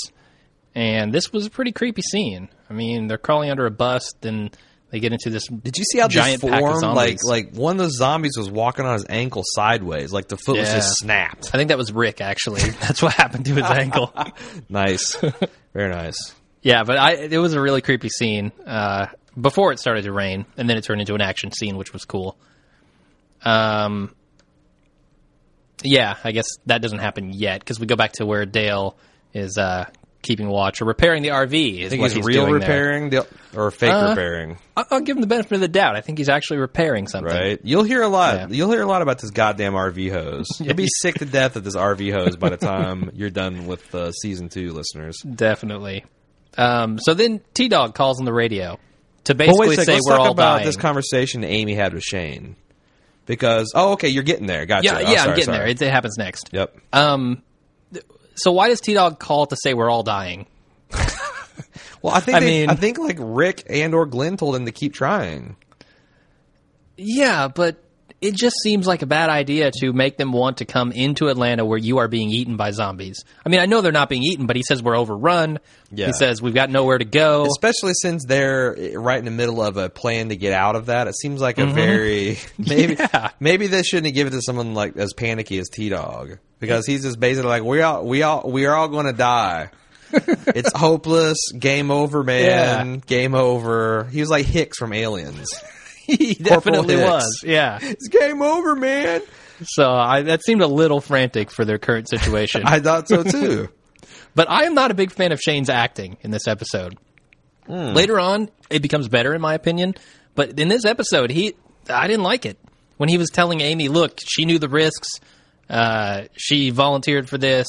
[SPEAKER 1] and this was a pretty creepy scene. I mean, they're crawling under a bus, then they get into this.
[SPEAKER 2] Did you see how
[SPEAKER 1] Giant
[SPEAKER 2] they
[SPEAKER 1] pack of
[SPEAKER 2] formed?
[SPEAKER 1] zombies.
[SPEAKER 2] Like, like one of those zombies was walking on his ankle sideways, like the foot was
[SPEAKER 1] Yeah.
[SPEAKER 2] just snapped.
[SPEAKER 1] I think that was Rick. Actually, that's what happened to his ankle.
[SPEAKER 2] Nice, very nice.
[SPEAKER 1] Yeah, but I it was a really creepy scene uh, before it started to rain, and then it turned into an action scene, which was cool. Um, yeah, I guess that doesn't happen yet because we go back to where Dale is uh, keeping watch or repairing the RV. Is
[SPEAKER 2] I think
[SPEAKER 1] what
[SPEAKER 2] he's, real
[SPEAKER 1] doing there.
[SPEAKER 2] repairing the, or fake
[SPEAKER 1] Uh,
[SPEAKER 2] repairing,
[SPEAKER 1] I- I'll give him the benefit of the doubt. I think he's actually repairing something.
[SPEAKER 2] right? You'll hear a lot.
[SPEAKER 1] Yeah.
[SPEAKER 2] You'll hear a lot about this goddamn RV hose. You'll be sick to death of this RV hose by the time you're done with uh, season two, listeners.
[SPEAKER 1] Definitely. Um, so then T Dog calls on the radio to
[SPEAKER 2] Well,
[SPEAKER 1] basically
[SPEAKER 2] wait a second.
[SPEAKER 1] say
[SPEAKER 2] Let's
[SPEAKER 1] we're
[SPEAKER 2] talk
[SPEAKER 1] all
[SPEAKER 2] about
[SPEAKER 1] dying.
[SPEAKER 2] this conversation that Amy had with Shane. Because oh, okay, you're getting there. Gotcha.
[SPEAKER 1] yeah,
[SPEAKER 2] Oh,
[SPEAKER 1] yeah, I'm
[SPEAKER 2] sorry,
[SPEAKER 1] getting
[SPEAKER 2] sorry.
[SPEAKER 1] there. It, Uh, it happens next.
[SPEAKER 2] Yep.
[SPEAKER 1] Um, So why does T Dog call to say we're all dying?
[SPEAKER 2] well, I think
[SPEAKER 1] I
[SPEAKER 2] I, they,
[SPEAKER 1] mean-
[SPEAKER 2] I think like Rick and or Glenn told him to keep trying.
[SPEAKER 1] Yeah, but it just seems like a bad idea to make them want to come into Atlanta where you are being eaten by zombies. I mean, I know they're not being eaten, but he says we're overrun.
[SPEAKER 2] Yeah.
[SPEAKER 1] He says we've got nowhere to go.
[SPEAKER 2] Especially since they're eh, right in the middle of a plan to get out of that. It seems like a very maybe
[SPEAKER 1] Mm-hmm. Yeah.
[SPEAKER 2] maybe they shouldn't give it to someone like as panicky as T Dog because he's just basically like we all we all we are all going to die. it's hopeless. Game over, man.
[SPEAKER 1] Yeah.
[SPEAKER 2] Game over. He was like Hicks from Aliens.
[SPEAKER 1] he
[SPEAKER 2] Corporal
[SPEAKER 1] definitely
[SPEAKER 2] Hicks.
[SPEAKER 1] was. Yeah.
[SPEAKER 2] it's game over, man.
[SPEAKER 1] So I, that seemed a little frantic for their current situation.
[SPEAKER 2] I thought so too.
[SPEAKER 1] but I am not a big fan of Shane's acting in this episode. Later on, it becomes better in my opinion, but in this episode, he I didn't like it when he was telling Amy, "Look, she knew the risks. Uh, she volunteered for this.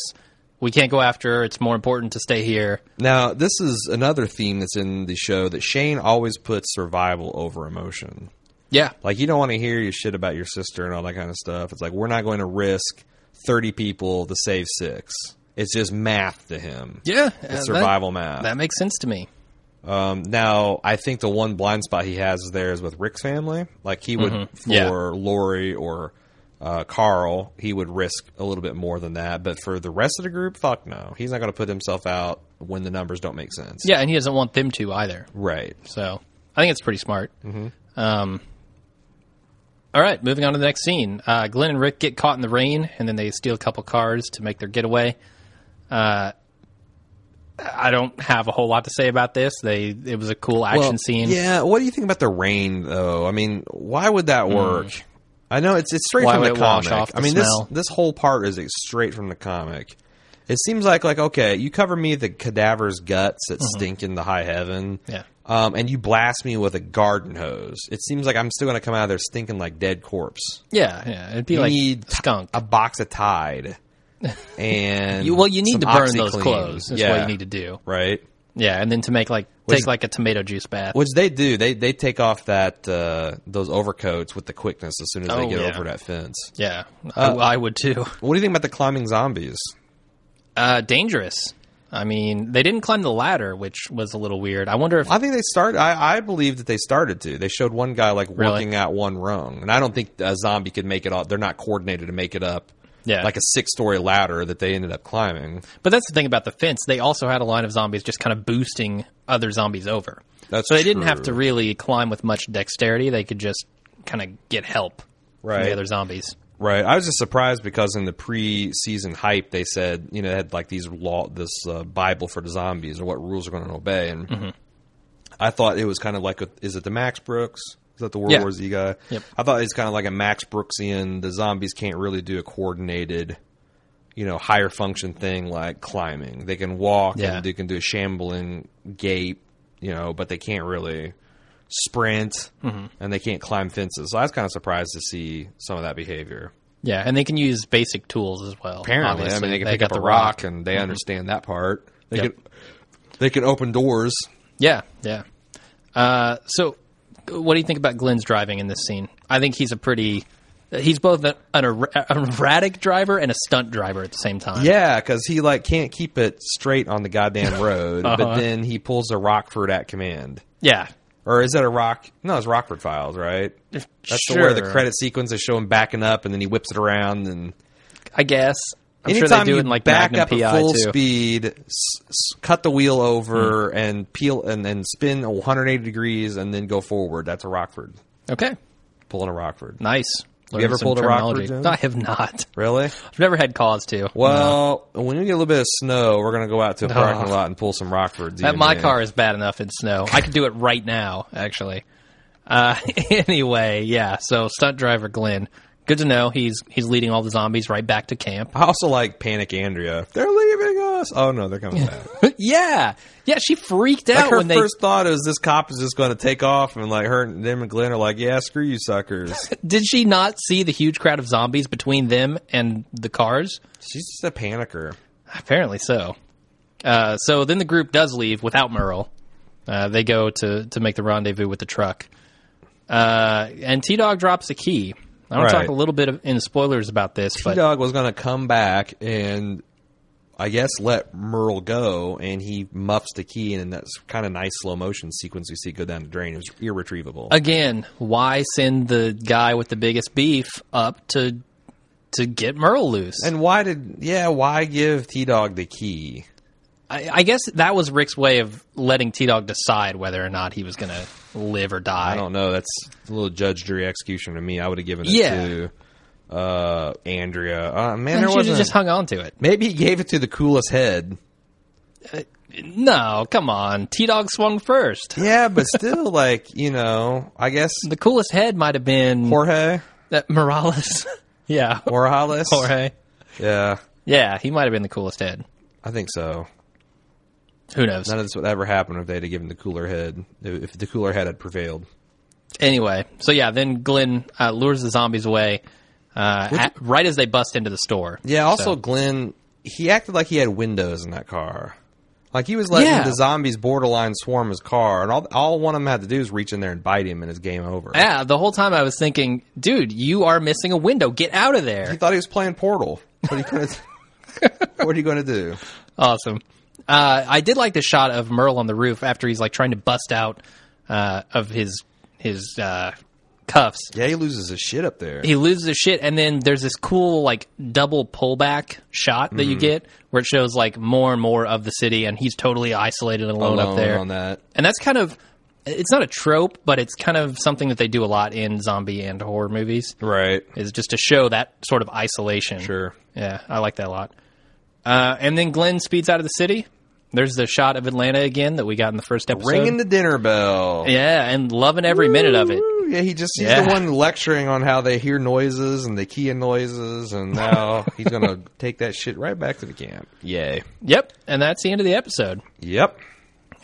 [SPEAKER 1] We can't go after her. It's more important to stay here."
[SPEAKER 2] now, this is another theme that's in the show that Shane always puts survival over emotion.
[SPEAKER 1] Yeah,
[SPEAKER 2] Like you don't want to hear your shit about your sister and all that kind of stuff. It's like we're not going to risk thirty people to save six. It's just math to him.
[SPEAKER 1] yeah, Uh,
[SPEAKER 2] It's survival math.
[SPEAKER 1] That, makes sense to me.
[SPEAKER 2] Um, now, I think the one blind spot he has there is with Rick's family. Like he would for
[SPEAKER 1] Mm-hmm. Yeah.
[SPEAKER 2] Lori or uh, Carl, he would risk a little bit more than that. But for the rest of the group, fuck no, he's not going to put himself out when the numbers don't make sense.
[SPEAKER 1] Yeah, and he doesn't want them to either.
[SPEAKER 2] Right.
[SPEAKER 1] So I think it's pretty smart. Um, all right, moving on to the next scene. Uh, Glenn and Rick get caught in the rain, and then they steal a couple cars to make their getaway. Uh, I don't have a whole lot to say about this. They it was a cool action
[SPEAKER 2] Well,
[SPEAKER 1] scene.
[SPEAKER 2] Yeah. What do you think about the rain though? I mean, why would that work? I know it's it's straight
[SPEAKER 1] Hmm. Why
[SPEAKER 2] from the
[SPEAKER 1] would it wash
[SPEAKER 2] comic.
[SPEAKER 1] off the
[SPEAKER 2] I mean,
[SPEAKER 1] smell?
[SPEAKER 2] this this whole part is like, straight from the comic. It seems like like okay, you cover me the cadaver's guts that stink in the high heaven,
[SPEAKER 1] Mm-hmm. Yeah.
[SPEAKER 2] um, and you blast me with a garden hose. It seems like I'm still going to come out of there stinking like dead corpse.
[SPEAKER 1] Yeah, yeah. It'd be like
[SPEAKER 2] need t-
[SPEAKER 1] skunk.
[SPEAKER 2] A box of Tide, and
[SPEAKER 1] You, well, you need
[SPEAKER 2] some
[SPEAKER 1] to burn those
[SPEAKER 2] OxyClean.
[SPEAKER 1] clothes. That's
[SPEAKER 2] yeah,
[SPEAKER 1] what you need to do.
[SPEAKER 2] right?
[SPEAKER 1] Yeah, and then to make like
[SPEAKER 2] Which-
[SPEAKER 1] take like a tomato juice bath.
[SPEAKER 2] Which they do. They they take off that uh, those overcoats with the quickness as soon as they
[SPEAKER 1] Oh,
[SPEAKER 2] get
[SPEAKER 1] yeah.
[SPEAKER 2] over that fence.
[SPEAKER 1] yeah, I, I would too.
[SPEAKER 2] What do you think about the climbing zombies?
[SPEAKER 1] Uh, dangerous. I mean, they didn't climb the ladder, which was a little weird. I wonder if
[SPEAKER 2] I think they started. I, I believe that they started to. They showed one guy like
[SPEAKER 1] Really?
[SPEAKER 2] working out one rung, and I don't think a zombie could make it all. They're not coordinated to make it up.
[SPEAKER 1] Yeah.
[SPEAKER 2] like a six-story ladder that they ended up climbing.
[SPEAKER 1] But that's the thing about the fence. They also had a line of zombies just kind of boosting other zombies over.
[SPEAKER 2] That's
[SPEAKER 1] so they didn't have to
[SPEAKER 2] true.
[SPEAKER 1] really climb with much dexterity. They could just kind of get help from
[SPEAKER 2] Right.
[SPEAKER 1] the other zombies.
[SPEAKER 2] Right. I was just surprised because in the pre-season hype, they said you know they had like these law, this uh, Bible for the zombies or what rules are going to obey, and
[SPEAKER 1] Mm-hmm.
[SPEAKER 2] I thought it was kind of like a, is it the Max Brooks? Is that the World
[SPEAKER 1] Yeah.
[SPEAKER 2] War Z guy?
[SPEAKER 1] Yep.
[SPEAKER 2] I thought it's kind of like a Max Brooksian. The zombies can't really do a coordinated, you know, higher function thing like climbing. They can walk
[SPEAKER 1] Yeah.
[SPEAKER 2] and they can do a shambling gait, you know, but they can't really sprint
[SPEAKER 1] Mm-hmm.
[SPEAKER 2] and they can't climb fences. So I was kind of surprised to see some of that behavior.
[SPEAKER 1] Yeah, and they can use basic tools as well.
[SPEAKER 2] Apparently, I
[SPEAKER 1] obviously.
[SPEAKER 2] mean, they can pick
[SPEAKER 1] got
[SPEAKER 2] up a
[SPEAKER 1] the Mm-hmm.
[SPEAKER 2] rock, and they understand that part. They
[SPEAKER 1] Yep.
[SPEAKER 2] can they can open doors.
[SPEAKER 1] Yeah, yeah. Uh, so, what do you think about Glenn's driving in this scene? I think he's a pretty. He's both an, an, er- an erratic driver and a stunt driver at the same time.
[SPEAKER 2] Yeah, because he like can't keep it straight on the goddamn road, but
[SPEAKER 1] Uh-huh.
[SPEAKER 2] then he pulls a Rockford at command,
[SPEAKER 1] yeah,
[SPEAKER 2] or is that a rock? No, it's Rockford Files, right? That's the, where the
[SPEAKER 1] Sure.
[SPEAKER 2] credit sequence is showing backing up, and then he whips it around. And
[SPEAKER 1] I guess. I'm
[SPEAKER 2] anytime
[SPEAKER 1] sure they do
[SPEAKER 2] you
[SPEAKER 1] it in like
[SPEAKER 2] back
[SPEAKER 1] Magnum
[SPEAKER 2] up
[SPEAKER 1] PI
[SPEAKER 2] at full
[SPEAKER 1] too. Mm-hmm.
[SPEAKER 2] speed, s- s- cut the wheel over, and peel and then spin 180 degrees, and then go forward. That's a Rockford
[SPEAKER 1] Okay,
[SPEAKER 2] pulling a Rockford.
[SPEAKER 1] Nice.
[SPEAKER 2] You
[SPEAKER 1] Learned
[SPEAKER 2] ever
[SPEAKER 1] some
[SPEAKER 2] pulled a rock
[SPEAKER 1] terminology.
[SPEAKER 2] for a joke?
[SPEAKER 1] No, I have not.
[SPEAKER 2] Really?
[SPEAKER 1] I've never had cause to.
[SPEAKER 2] Well, when we get a little bit of snow, we're gonna go out to a parking lot and pull some Rockfords.
[SPEAKER 1] that my car is bad enough in snow. I could do it right now, actually. Uh, anyway, yeah. So stunt driver Glenn, good to know he's he's leading all the zombies right back to camp.
[SPEAKER 2] I also like Panic Andrea. They're leaving us. Oh no, they're coming back.
[SPEAKER 1] yeah, yeah. She freaked out
[SPEAKER 2] Like her
[SPEAKER 1] when they
[SPEAKER 2] first thought is this cop is just going to take off, and like her, and them, and Glenn are like, "Yeah, screw you, suckers."
[SPEAKER 1] did. She not see the huge crowd of zombies between them and the cars.
[SPEAKER 2] She's just a panicker.
[SPEAKER 1] Apparently so. Uh, so then the group does leave without Merle. Uh, they go to, to make the rendezvous with the truck. Uh, and T Dog drops a key. I want
[SPEAKER 2] Right.
[SPEAKER 1] to talk a little bit of, in spoilers about this,
[SPEAKER 2] T
[SPEAKER 1] but
[SPEAKER 2] Dog was going to come back and I guess let Merle go, and he muffs the key, and that's kind of nice slow motion sequence you see go down the drain. It was irretrievable.
[SPEAKER 1] again, why send the guy with the biggest beef up to to get Merle loose?
[SPEAKER 2] and why did yeah? Why give T Dog the key?
[SPEAKER 1] I, I guess that was Rick's way of letting T Dog decide whether or not he was going to live or
[SPEAKER 2] I
[SPEAKER 1] die.
[SPEAKER 2] don't know. That's a little judge, jury, execution to me. I would have given it
[SPEAKER 1] Yeah.
[SPEAKER 2] to uh, Andrea. Uh, man,
[SPEAKER 1] And
[SPEAKER 2] there
[SPEAKER 1] she
[SPEAKER 2] wasn't.
[SPEAKER 1] just hung on to it.
[SPEAKER 2] Maybe he gave it to the coolest head.
[SPEAKER 1] No, come on. T Dog swung first.
[SPEAKER 2] Yeah, but still, like you know, I guess
[SPEAKER 1] The coolest head might have been
[SPEAKER 2] Jorge
[SPEAKER 1] That Morales. yeah.
[SPEAKER 2] Morales.
[SPEAKER 1] Jorge.
[SPEAKER 2] Yeah,
[SPEAKER 1] Yeah, he might have been the coolest head.
[SPEAKER 2] I think so.
[SPEAKER 1] Who knows?
[SPEAKER 2] None of this would ever happen if they'd have given the cooler head. If the cooler head had prevailed,
[SPEAKER 1] Anyway, so yeah, then Glenn uh, lures the zombies away uh, at- right as they bust into the store.
[SPEAKER 2] yeah. Also,
[SPEAKER 1] So-
[SPEAKER 2] Glenn, he acted like he had windows in that car. Like he was letting
[SPEAKER 1] Yeah.
[SPEAKER 2] the zombies borderline swarm his car, and all all one of them had to do is reach in there and bite him, and it's game over.
[SPEAKER 1] yeah, the whole time I was thinking, dude, you are missing a window. Get out of
[SPEAKER 2] He
[SPEAKER 1] there.
[SPEAKER 2] thought he was playing Portal. What are you going to? what are you going to do?
[SPEAKER 1] Awesome. Uh, I did like the shot of Merle on the roof after he's like trying to bust out uh, of his his uh, cuffs.
[SPEAKER 2] Yeah, he loses his shit up there.
[SPEAKER 1] he loses his shit, and then there's this cool like double pullback shot that
[SPEAKER 2] Mm.
[SPEAKER 1] you get where it shows like more and more of the city, and he's totally isolated and alone, up
[SPEAKER 2] Alone
[SPEAKER 1] there.
[SPEAKER 2] on that.
[SPEAKER 1] And that's kind of it's not a trope, but it's kind of something that they do a lot in zombie and horror movies
[SPEAKER 2] Right.
[SPEAKER 1] is just to show that sort of isolation.
[SPEAKER 2] Sure.
[SPEAKER 1] Yeah, I like that a lot. Uh, and then Glenn speeds out of the city. There's the shot of Atlanta again that we got in the first episode.
[SPEAKER 2] Ringing the dinner bell.
[SPEAKER 1] yeah, and loving every minute of it.
[SPEAKER 2] Ooh, Yeah, he just he's
[SPEAKER 1] Yeah.
[SPEAKER 2] the one lecturing on how they hear noises and they key in noises, and now he's gonna take that shit right back to the camp. Yay.
[SPEAKER 1] Yep, and that's the end of the episode.
[SPEAKER 2] Yep.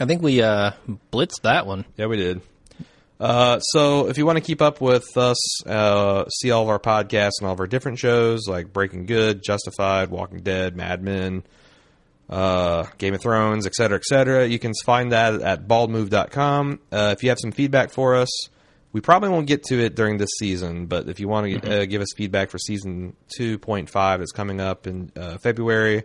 [SPEAKER 1] I think we uh, blitzed that one.
[SPEAKER 2] Yeah, we did. Uh, so if you want to keep up with us, uh, see all of our podcasts and all of our different shows like Breaking Good, Justified, Walking Dead, Mad Men, uh, Game of Thrones, et cetera, et cetera. You can find that at baldmove.com. Uh, if you have some feedback for us, we probably won't get to it during this season, but if you want to uh, give us feedback for season 2.5 that's coming up in uh, February,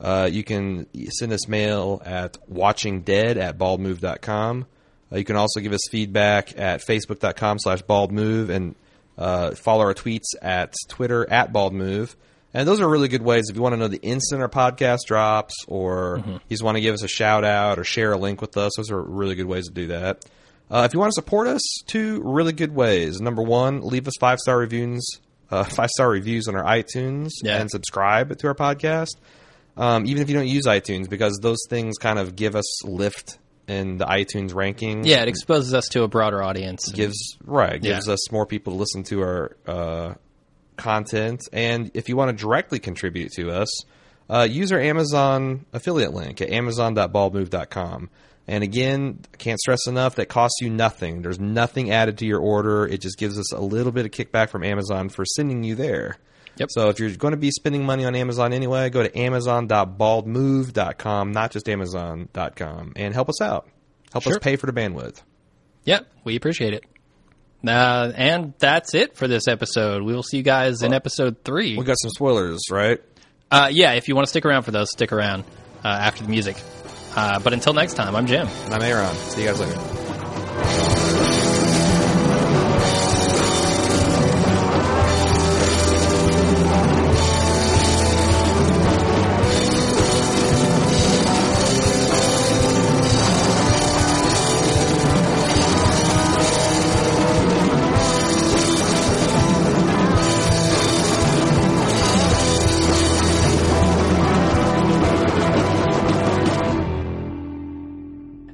[SPEAKER 2] uh, you can send us mail at watchingdead at baldmove.com. Uh, you can also give us feedback at facebook.com slash baldmove and uh, follow our tweets at Twitter at baldmove. And those are really good ways if you want to know the instant our podcast drops or you just want to give us a shout out or share a link with us. Those are really good ways to do that. Uh, if you want to support us, two really good ways. Number one, leave us five star reviews, uh, five star reviews on our iTunes,
[SPEAKER 1] Yeah.
[SPEAKER 2] and subscribe to our podcast um, even if you don't use iTunes, because those things kind of give us lift in the iTunes rankings.
[SPEAKER 1] Yeah, it exposes us to a broader audience.
[SPEAKER 2] gives right gives
[SPEAKER 1] Yeah.
[SPEAKER 2] us more people to listen to our uh, content. And if you want to directly contribute to us, uh, use our Amazon affiliate link at amazon.baldmove.com. And again, can't stress enough that costs you nothing. There's nothing added to your order. It just gives us a little bit of kickback from Amazon for sending you there.
[SPEAKER 1] Yep.
[SPEAKER 2] So if you're going to be spending money on Amazon anyway, go to amazon.baldmove.com, not just amazon.com, and help us out. Help us
[SPEAKER 1] Sure.
[SPEAKER 2] pay for the bandwidth.
[SPEAKER 1] Yep, we appreciate it. Uh, and that's it for this episode. We will see you guys in episode three.
[SPEAKER 2] We got some spoilers, right?
[SPEAKER 1] Uh, yeah, if you want to stick around for those, stick around uh, after the music. Uh, but until next time, I'm Jim.
[SPEAKER 2] And I'm Aaron. See you guys later.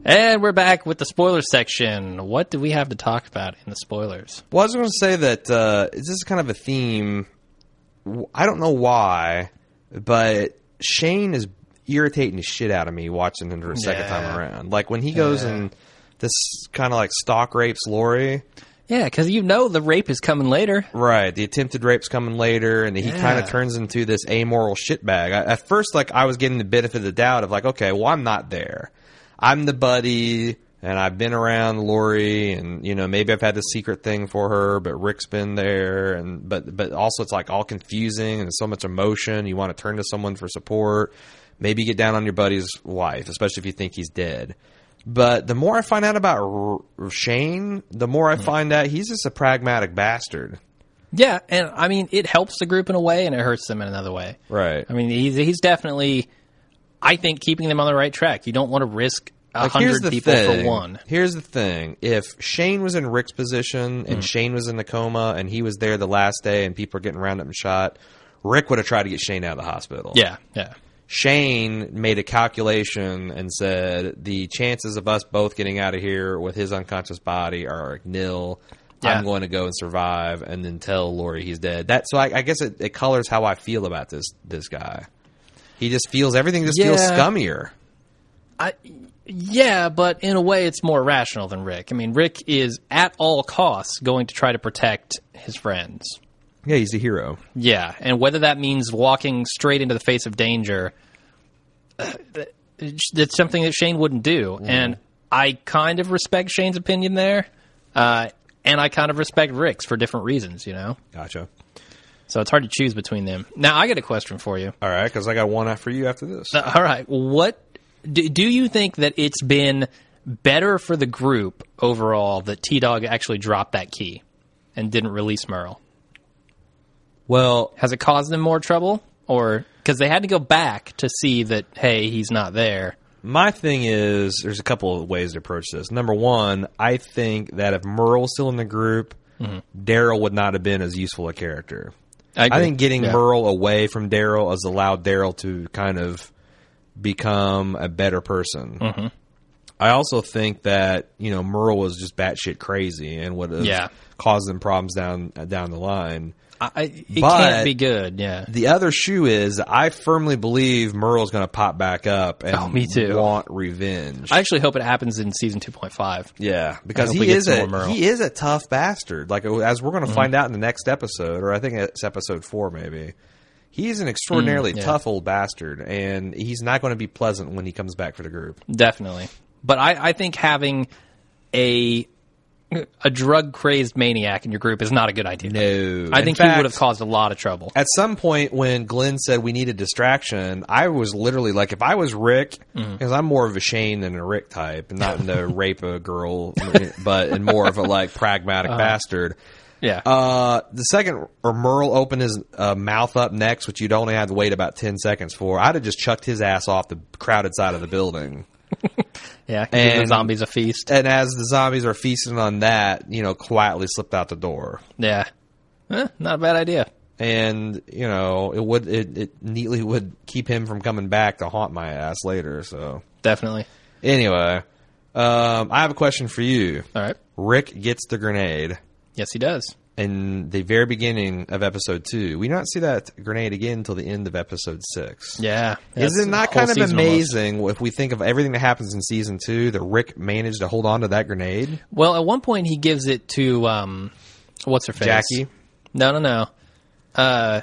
[SPEAKER 1] And we're back with the spoiler section. What do we have to talk about in the spoilers?
[SPEAKER 2] Well, I was going to say that uh, this is kind of a theme. W- I don't know why, but Shane is irritating the shit out of me watching him for a second
[SPEAKER 1] Yeah.
[SPEAKER 2] time around. Like when he goes and this kind of like stalk rapes Lori.
[SPEAKER 1] Yeah, because you know the rape is coming later.
[SPEAKER 2] Right, the attempted rape's coming later, and he
[SPEAKER 1] Yeah.
[SPEAKER 2] kind of turns into this amoral shitbag. I, at first, like I was getting the benefit of the doubt of like, okay, well, I'm not there. I'm the buddy, and I've been around Lori, and you know maybe I've had the secret thing for her, but Rick's been there, and but but also it's like all confusing and so much emotion. You want to turn to someone for support. Maybe get down on your buddy's wife, especially if you think he's dead. But the more I find out about R- R- Shane, the more I find out he's just a pragmatic bastard.
[SPEAKER 1] Yeah, and I mean, it helps the group in a way and it hurts them in another way.
[SPEAKER 2] Right.
[SPEAKER 1] I mean, he's, he's definitely, I think, keeping them on the right track. You don't want to risk a
[SPEAKER 2] Like, here's
[SPEAKER 1] hundred
[SPEAKER 2] the
[SPEAKER 1] people
[SPEAKER 2] thing.
[SPEAKER 1] for one.
[SPEAKER 2] Here's the thing. If Shane was in Rick's position
[SPEAKER 1] Mm.
[SPEAKER 2] and Shane was in the coma and he was there the last day and people are getting rounded up and shot, Rick would have tried to get Shane out of the hospital.
[SPEAKER 1] Yeah, yeah.
[SPEAKER 2] Shane made a calculation and said the chances of us both getting out of here with his unconscious body are nil.
[SPEAKER 1] Yeah.
[SPEAKER 2] I'm going to go and survive and then tell Lori he's dead. That so I, I guess it, it colors how I feel about this this guy. He just feels everything just feels
[SPEAKER 1] Yeah.
[SPEAKER 2] scummier.
[SPEAKER 1] I, yeah, but in a way, it's more rational than Rick. I mean, Rick is at all costs going to try to protect his friends.
[SPEAKER 2] Yeah, he's a hero.
[SPEAKER 1] Yeah, and whether that means walking straight into the face of danger, uh, that's something that Shane wouldn't do. And I kind of respect Shane's opinion there, uh, and I kind of respect Rick's for different reasons, you know.
[SPEAKER 2] Gotcha.
[SPEAKER 1] So it's hard to choose between them. Now I got a question for you.
[SPEAKER 2] All right, because I got one after you after this.
[SPEAKER 1] Uh, All right, what do, do you think that it's been better for the group overall that T Dog actually dropped that key and didn't release Merle?
[SPEAKER 2] Well,
[SPEAKER 1] has it caused them more trouble or because they had to go back to see that hey he's not there
[SPEAKER 2] my thing is there's a couple of ways to approach this. Number one, I think that if Merle's still in the group,
[SPEAKER 1] Mm-hmm.
[SPEAKER 2] Daryl would not have been as useful a character. I,
[SPEAKER 1] agree.
[SPEAKER 2] think getting
[SPEAKER 1] Yeah.
[SPEAKER 2] Merle away from Daryl has allowed Daryl to kind of become a better person.
[SPEAKER 1] Mm-hmm.
[SPEAKER 2] I also think that you know Merle was just batshit crazy and would have
[SPEAKER 1] Yeah.
[SPEAKER 2] caused them problems down down the line.
[SPEAKER 1] I, I- it
[SPEAKER 2] But-
[SPEAKER 1] can't be good. Yeah.
[SPEAKER 2] The other shoe is I firmly believe Merle's going to pop back up and
[SPEAKER 1] Oh, me too.
[SPEAKER 2] want revenge.
[SPEAKER 1] I actually hope it happens in season 2.5.
[SPEAKER 2] yeah, because
[SPEAKER 1] I hope
[SPEAKER 2] he
[SPEAKER 1] we get
[SPEAKER 2] is
[SPEAKER 1] some
[SPEAKER 2] a
[SPEAKER 1] more Merle. Mm-hmm.
[SPEAKER 2] he is a tough bastard. Like uh, as we're going to find out in the next episode, or I think it's episode four, maybe. He's an extraordinarily
[SPEAKER 1] Mm, yeah.
[SPEAKER 2] tough old bastard, and he's not going to be pleasant when he comes back for the group.
[SPEAKER 1] Definitely. But I, I think having a a drug crazed maniac in your group is not a good idea.
[SPEAKER 2] No,
[SPEAKER 1] I
[SPEAKER 2] In
[SPEAKER 1] think he
[SPEAKER 2] fact,
[SPEAKER 1] would have caused a lot of trouble.
[SPEAKER 2] at some point when Glenn said we need a distraction, I was literally like, if I was Rick, because I'm more of a Shane than a Rick type, not in the rape a girl, but in more of a like pragmatic bastard.
[SPEAKER 1] Yeah.
[SPEAKER 2] Uh, the second or Merle opened his uh, mouth up next, which you'd only have to wait about ten seconds for, I'd have just chucked his ass off the crowded side of the building.
[SPEAKER 1] yeah. Give the
[SPEAKER 2] and-
[SPEAKER 1] zombies a feast.
[SPEAKER 2] And as the zombies are feasting on that, you know, quietly slipped out the door.
[SPEAKER 1] Yeah. Eh, not a bad idea.
[SPEAKER 2] and you know it would it, it neatly would keep him from coming back to haunt my ass later so
[SPEAKER 1] Definitely.
[SPEAKER 2] anyway um, i have a question for you
[SPEAKER 1] All right.
[SPEAKER 2] rick gets the grenade
[SPEAKER 1] Yes, he does.
[SPEAKER 2] in the very beginning of episode two we not see that grenade again until the end of episode six
[SPEAKER 1] Yeah.
[SPEAKER 2] is
[SPEAKER 1] That's
[SPEAKER 2] it not
[SPEAKER 1] a whole
[SPEAKER 2] kind of
[SPEAKER 1] season almost.
[SPEAKER 2] amazing if we think of everything that happens in season two that rick managed to hold on to that grenade
[SPEAKER 1] Well, at one point he gives it to um, what's her face?
[SPEAKER 2] Jackie?
[SPEAKER 1] No, no, no. Uh,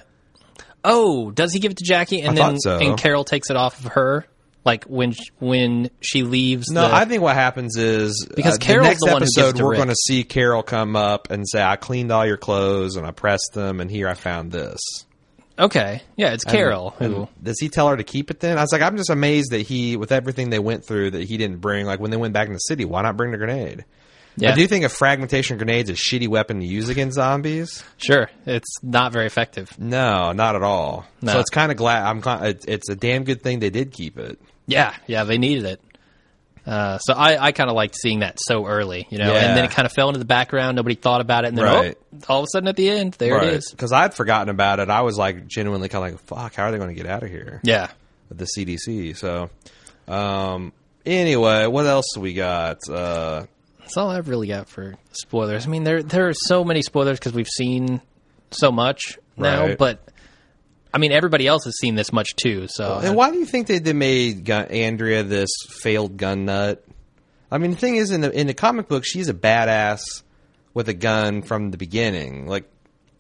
[SPEAKER 1] oh, does he give it to Jackie and
[SPEAKER 2] I
[SPEAKER 1] then
[SPEAKER 2] thought so.
[SPEAKER 1] and Carol takes it off of her? Like when sh- when she leaves.
[SPEAKER 2] No,
[SPEAKER 1] the,
[SPEAKER 2] I think what happens is uh,
[SPEAKER 1] Because
[SPEAKER 2] the
[SPEAKER 1] Carol's
[SPEAKER 2] next
[SPEAKER 1] the one who gives
[SPEAKER 2] episode
[SPEAKER 1] it to
[SPEAKER 2] we're
[SPEAKER 1] Rick.
[SPEAKER 2] going to see Carol come up and say, "I cleaned all your clothes and I pressed them, and here I found this."
[SPEAKER 1] okay. Yeah, it's Carol
[SPEAKER 2] And
[SPEAKER 1] who.
[SPEAKER 2] does he tell her to keep it? Then I was like, I'm just amazed that he, with everything they went through, that he didn't bring. Like when they went back in the city, why not bring the grenade?
[SPEAKER 1] Yeah,
[SPEAKER 2] I do think a fragmentation grenades is a shitty weapon to use against zombies.
[SPEAKER 1] sure. It's not very effective.
[SPEAKER 2] No, not at all.
[SPEAKER 1] No.
[SPEAKER 2] So it's kind of glad. I'm. gl- it- It's a damn good thing they did keep it.
[SPEAKER 1] Yeah, yeah, they needed it. Uh, so I, I kind of liked seeing that so early, you know,
[SPEAKER 2] Yeah.
[SPEAKER 1] and then it kind of fell into the background. Nobody thought about it, and then
[SPEAKER 2] Right.
[SPEAKER 1] oh, all of a sudden at the end, there it is.
[SPEAKER 2] Because I'd forgotten about it. I was like genuinely kind of like, "Fuck, how are they going to get out of here?"
[SPEAKER 1] Yeah,
[SPEAKER 2] the CDC. So, um, anyway, what else do we got? Uh,
[SPEAKER 1] That's all I've really got for spoilers. I mean, there there are so many spoilers because we've seen so much now,
[SPEAKER 2] Right.
[SPEAKER 1] but I mean, everybody else has seen this much too. So
[SPEAKER 2] and why do you think they, they made gun, Andrea this failed gun nut? I mean, the thing is, in the in the comic book, she's a badass with a gun from the beginning. Like,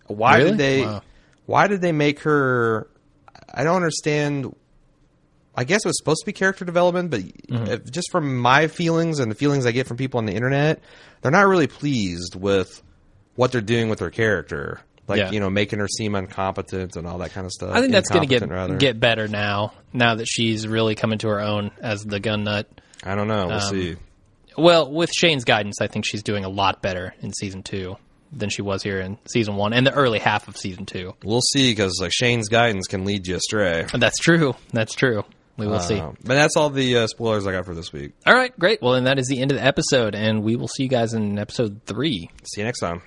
[SPEAKER 2] why
[SPEAKER 1] Really?
[SPEAKER 2] did they?
[SPEAKER 1] Wow.
[SPEAKER 2] Why did they make her? I don't understand. I guess it was supposed to be character development, but
[SPEAKER 1] Mm-hmm.
[SPEAKER 2] if- just from my feelings and the feelings I get from people on the internet, they're not really pleased with what they're doing with her character. Like
[SPEAKER 1] Yeah.
[SPEAKER 2] you know, making her seem incompetent and all that kind of stuff.
[SPEAKER 1] I think that's going to get
[SPEAKER 2] Incompetent, rather.
[SPEAKER 1] get better now. Now that she's really coming to her own as the gun nut.
[SPEAKER 2] I don't know. We'll see.
[SPEAKER 1] Well, with Shane's guidance, I think she's doing a lot better in season two than she was here in season one and the early half of season two.
[SPEAKER 2] We'll see because like Shane's guidance can lead you astray.
[SPEAKER 1] That's true. That's true. We will see.
[SPEAKER 2] Um, but that's all the uh, spoilers I got for this week.
[SPEAKER 1] All right, great. Well, then that is the end of the episode, and we will see you guys in episode three.
[SPEAKER 2] See you next time.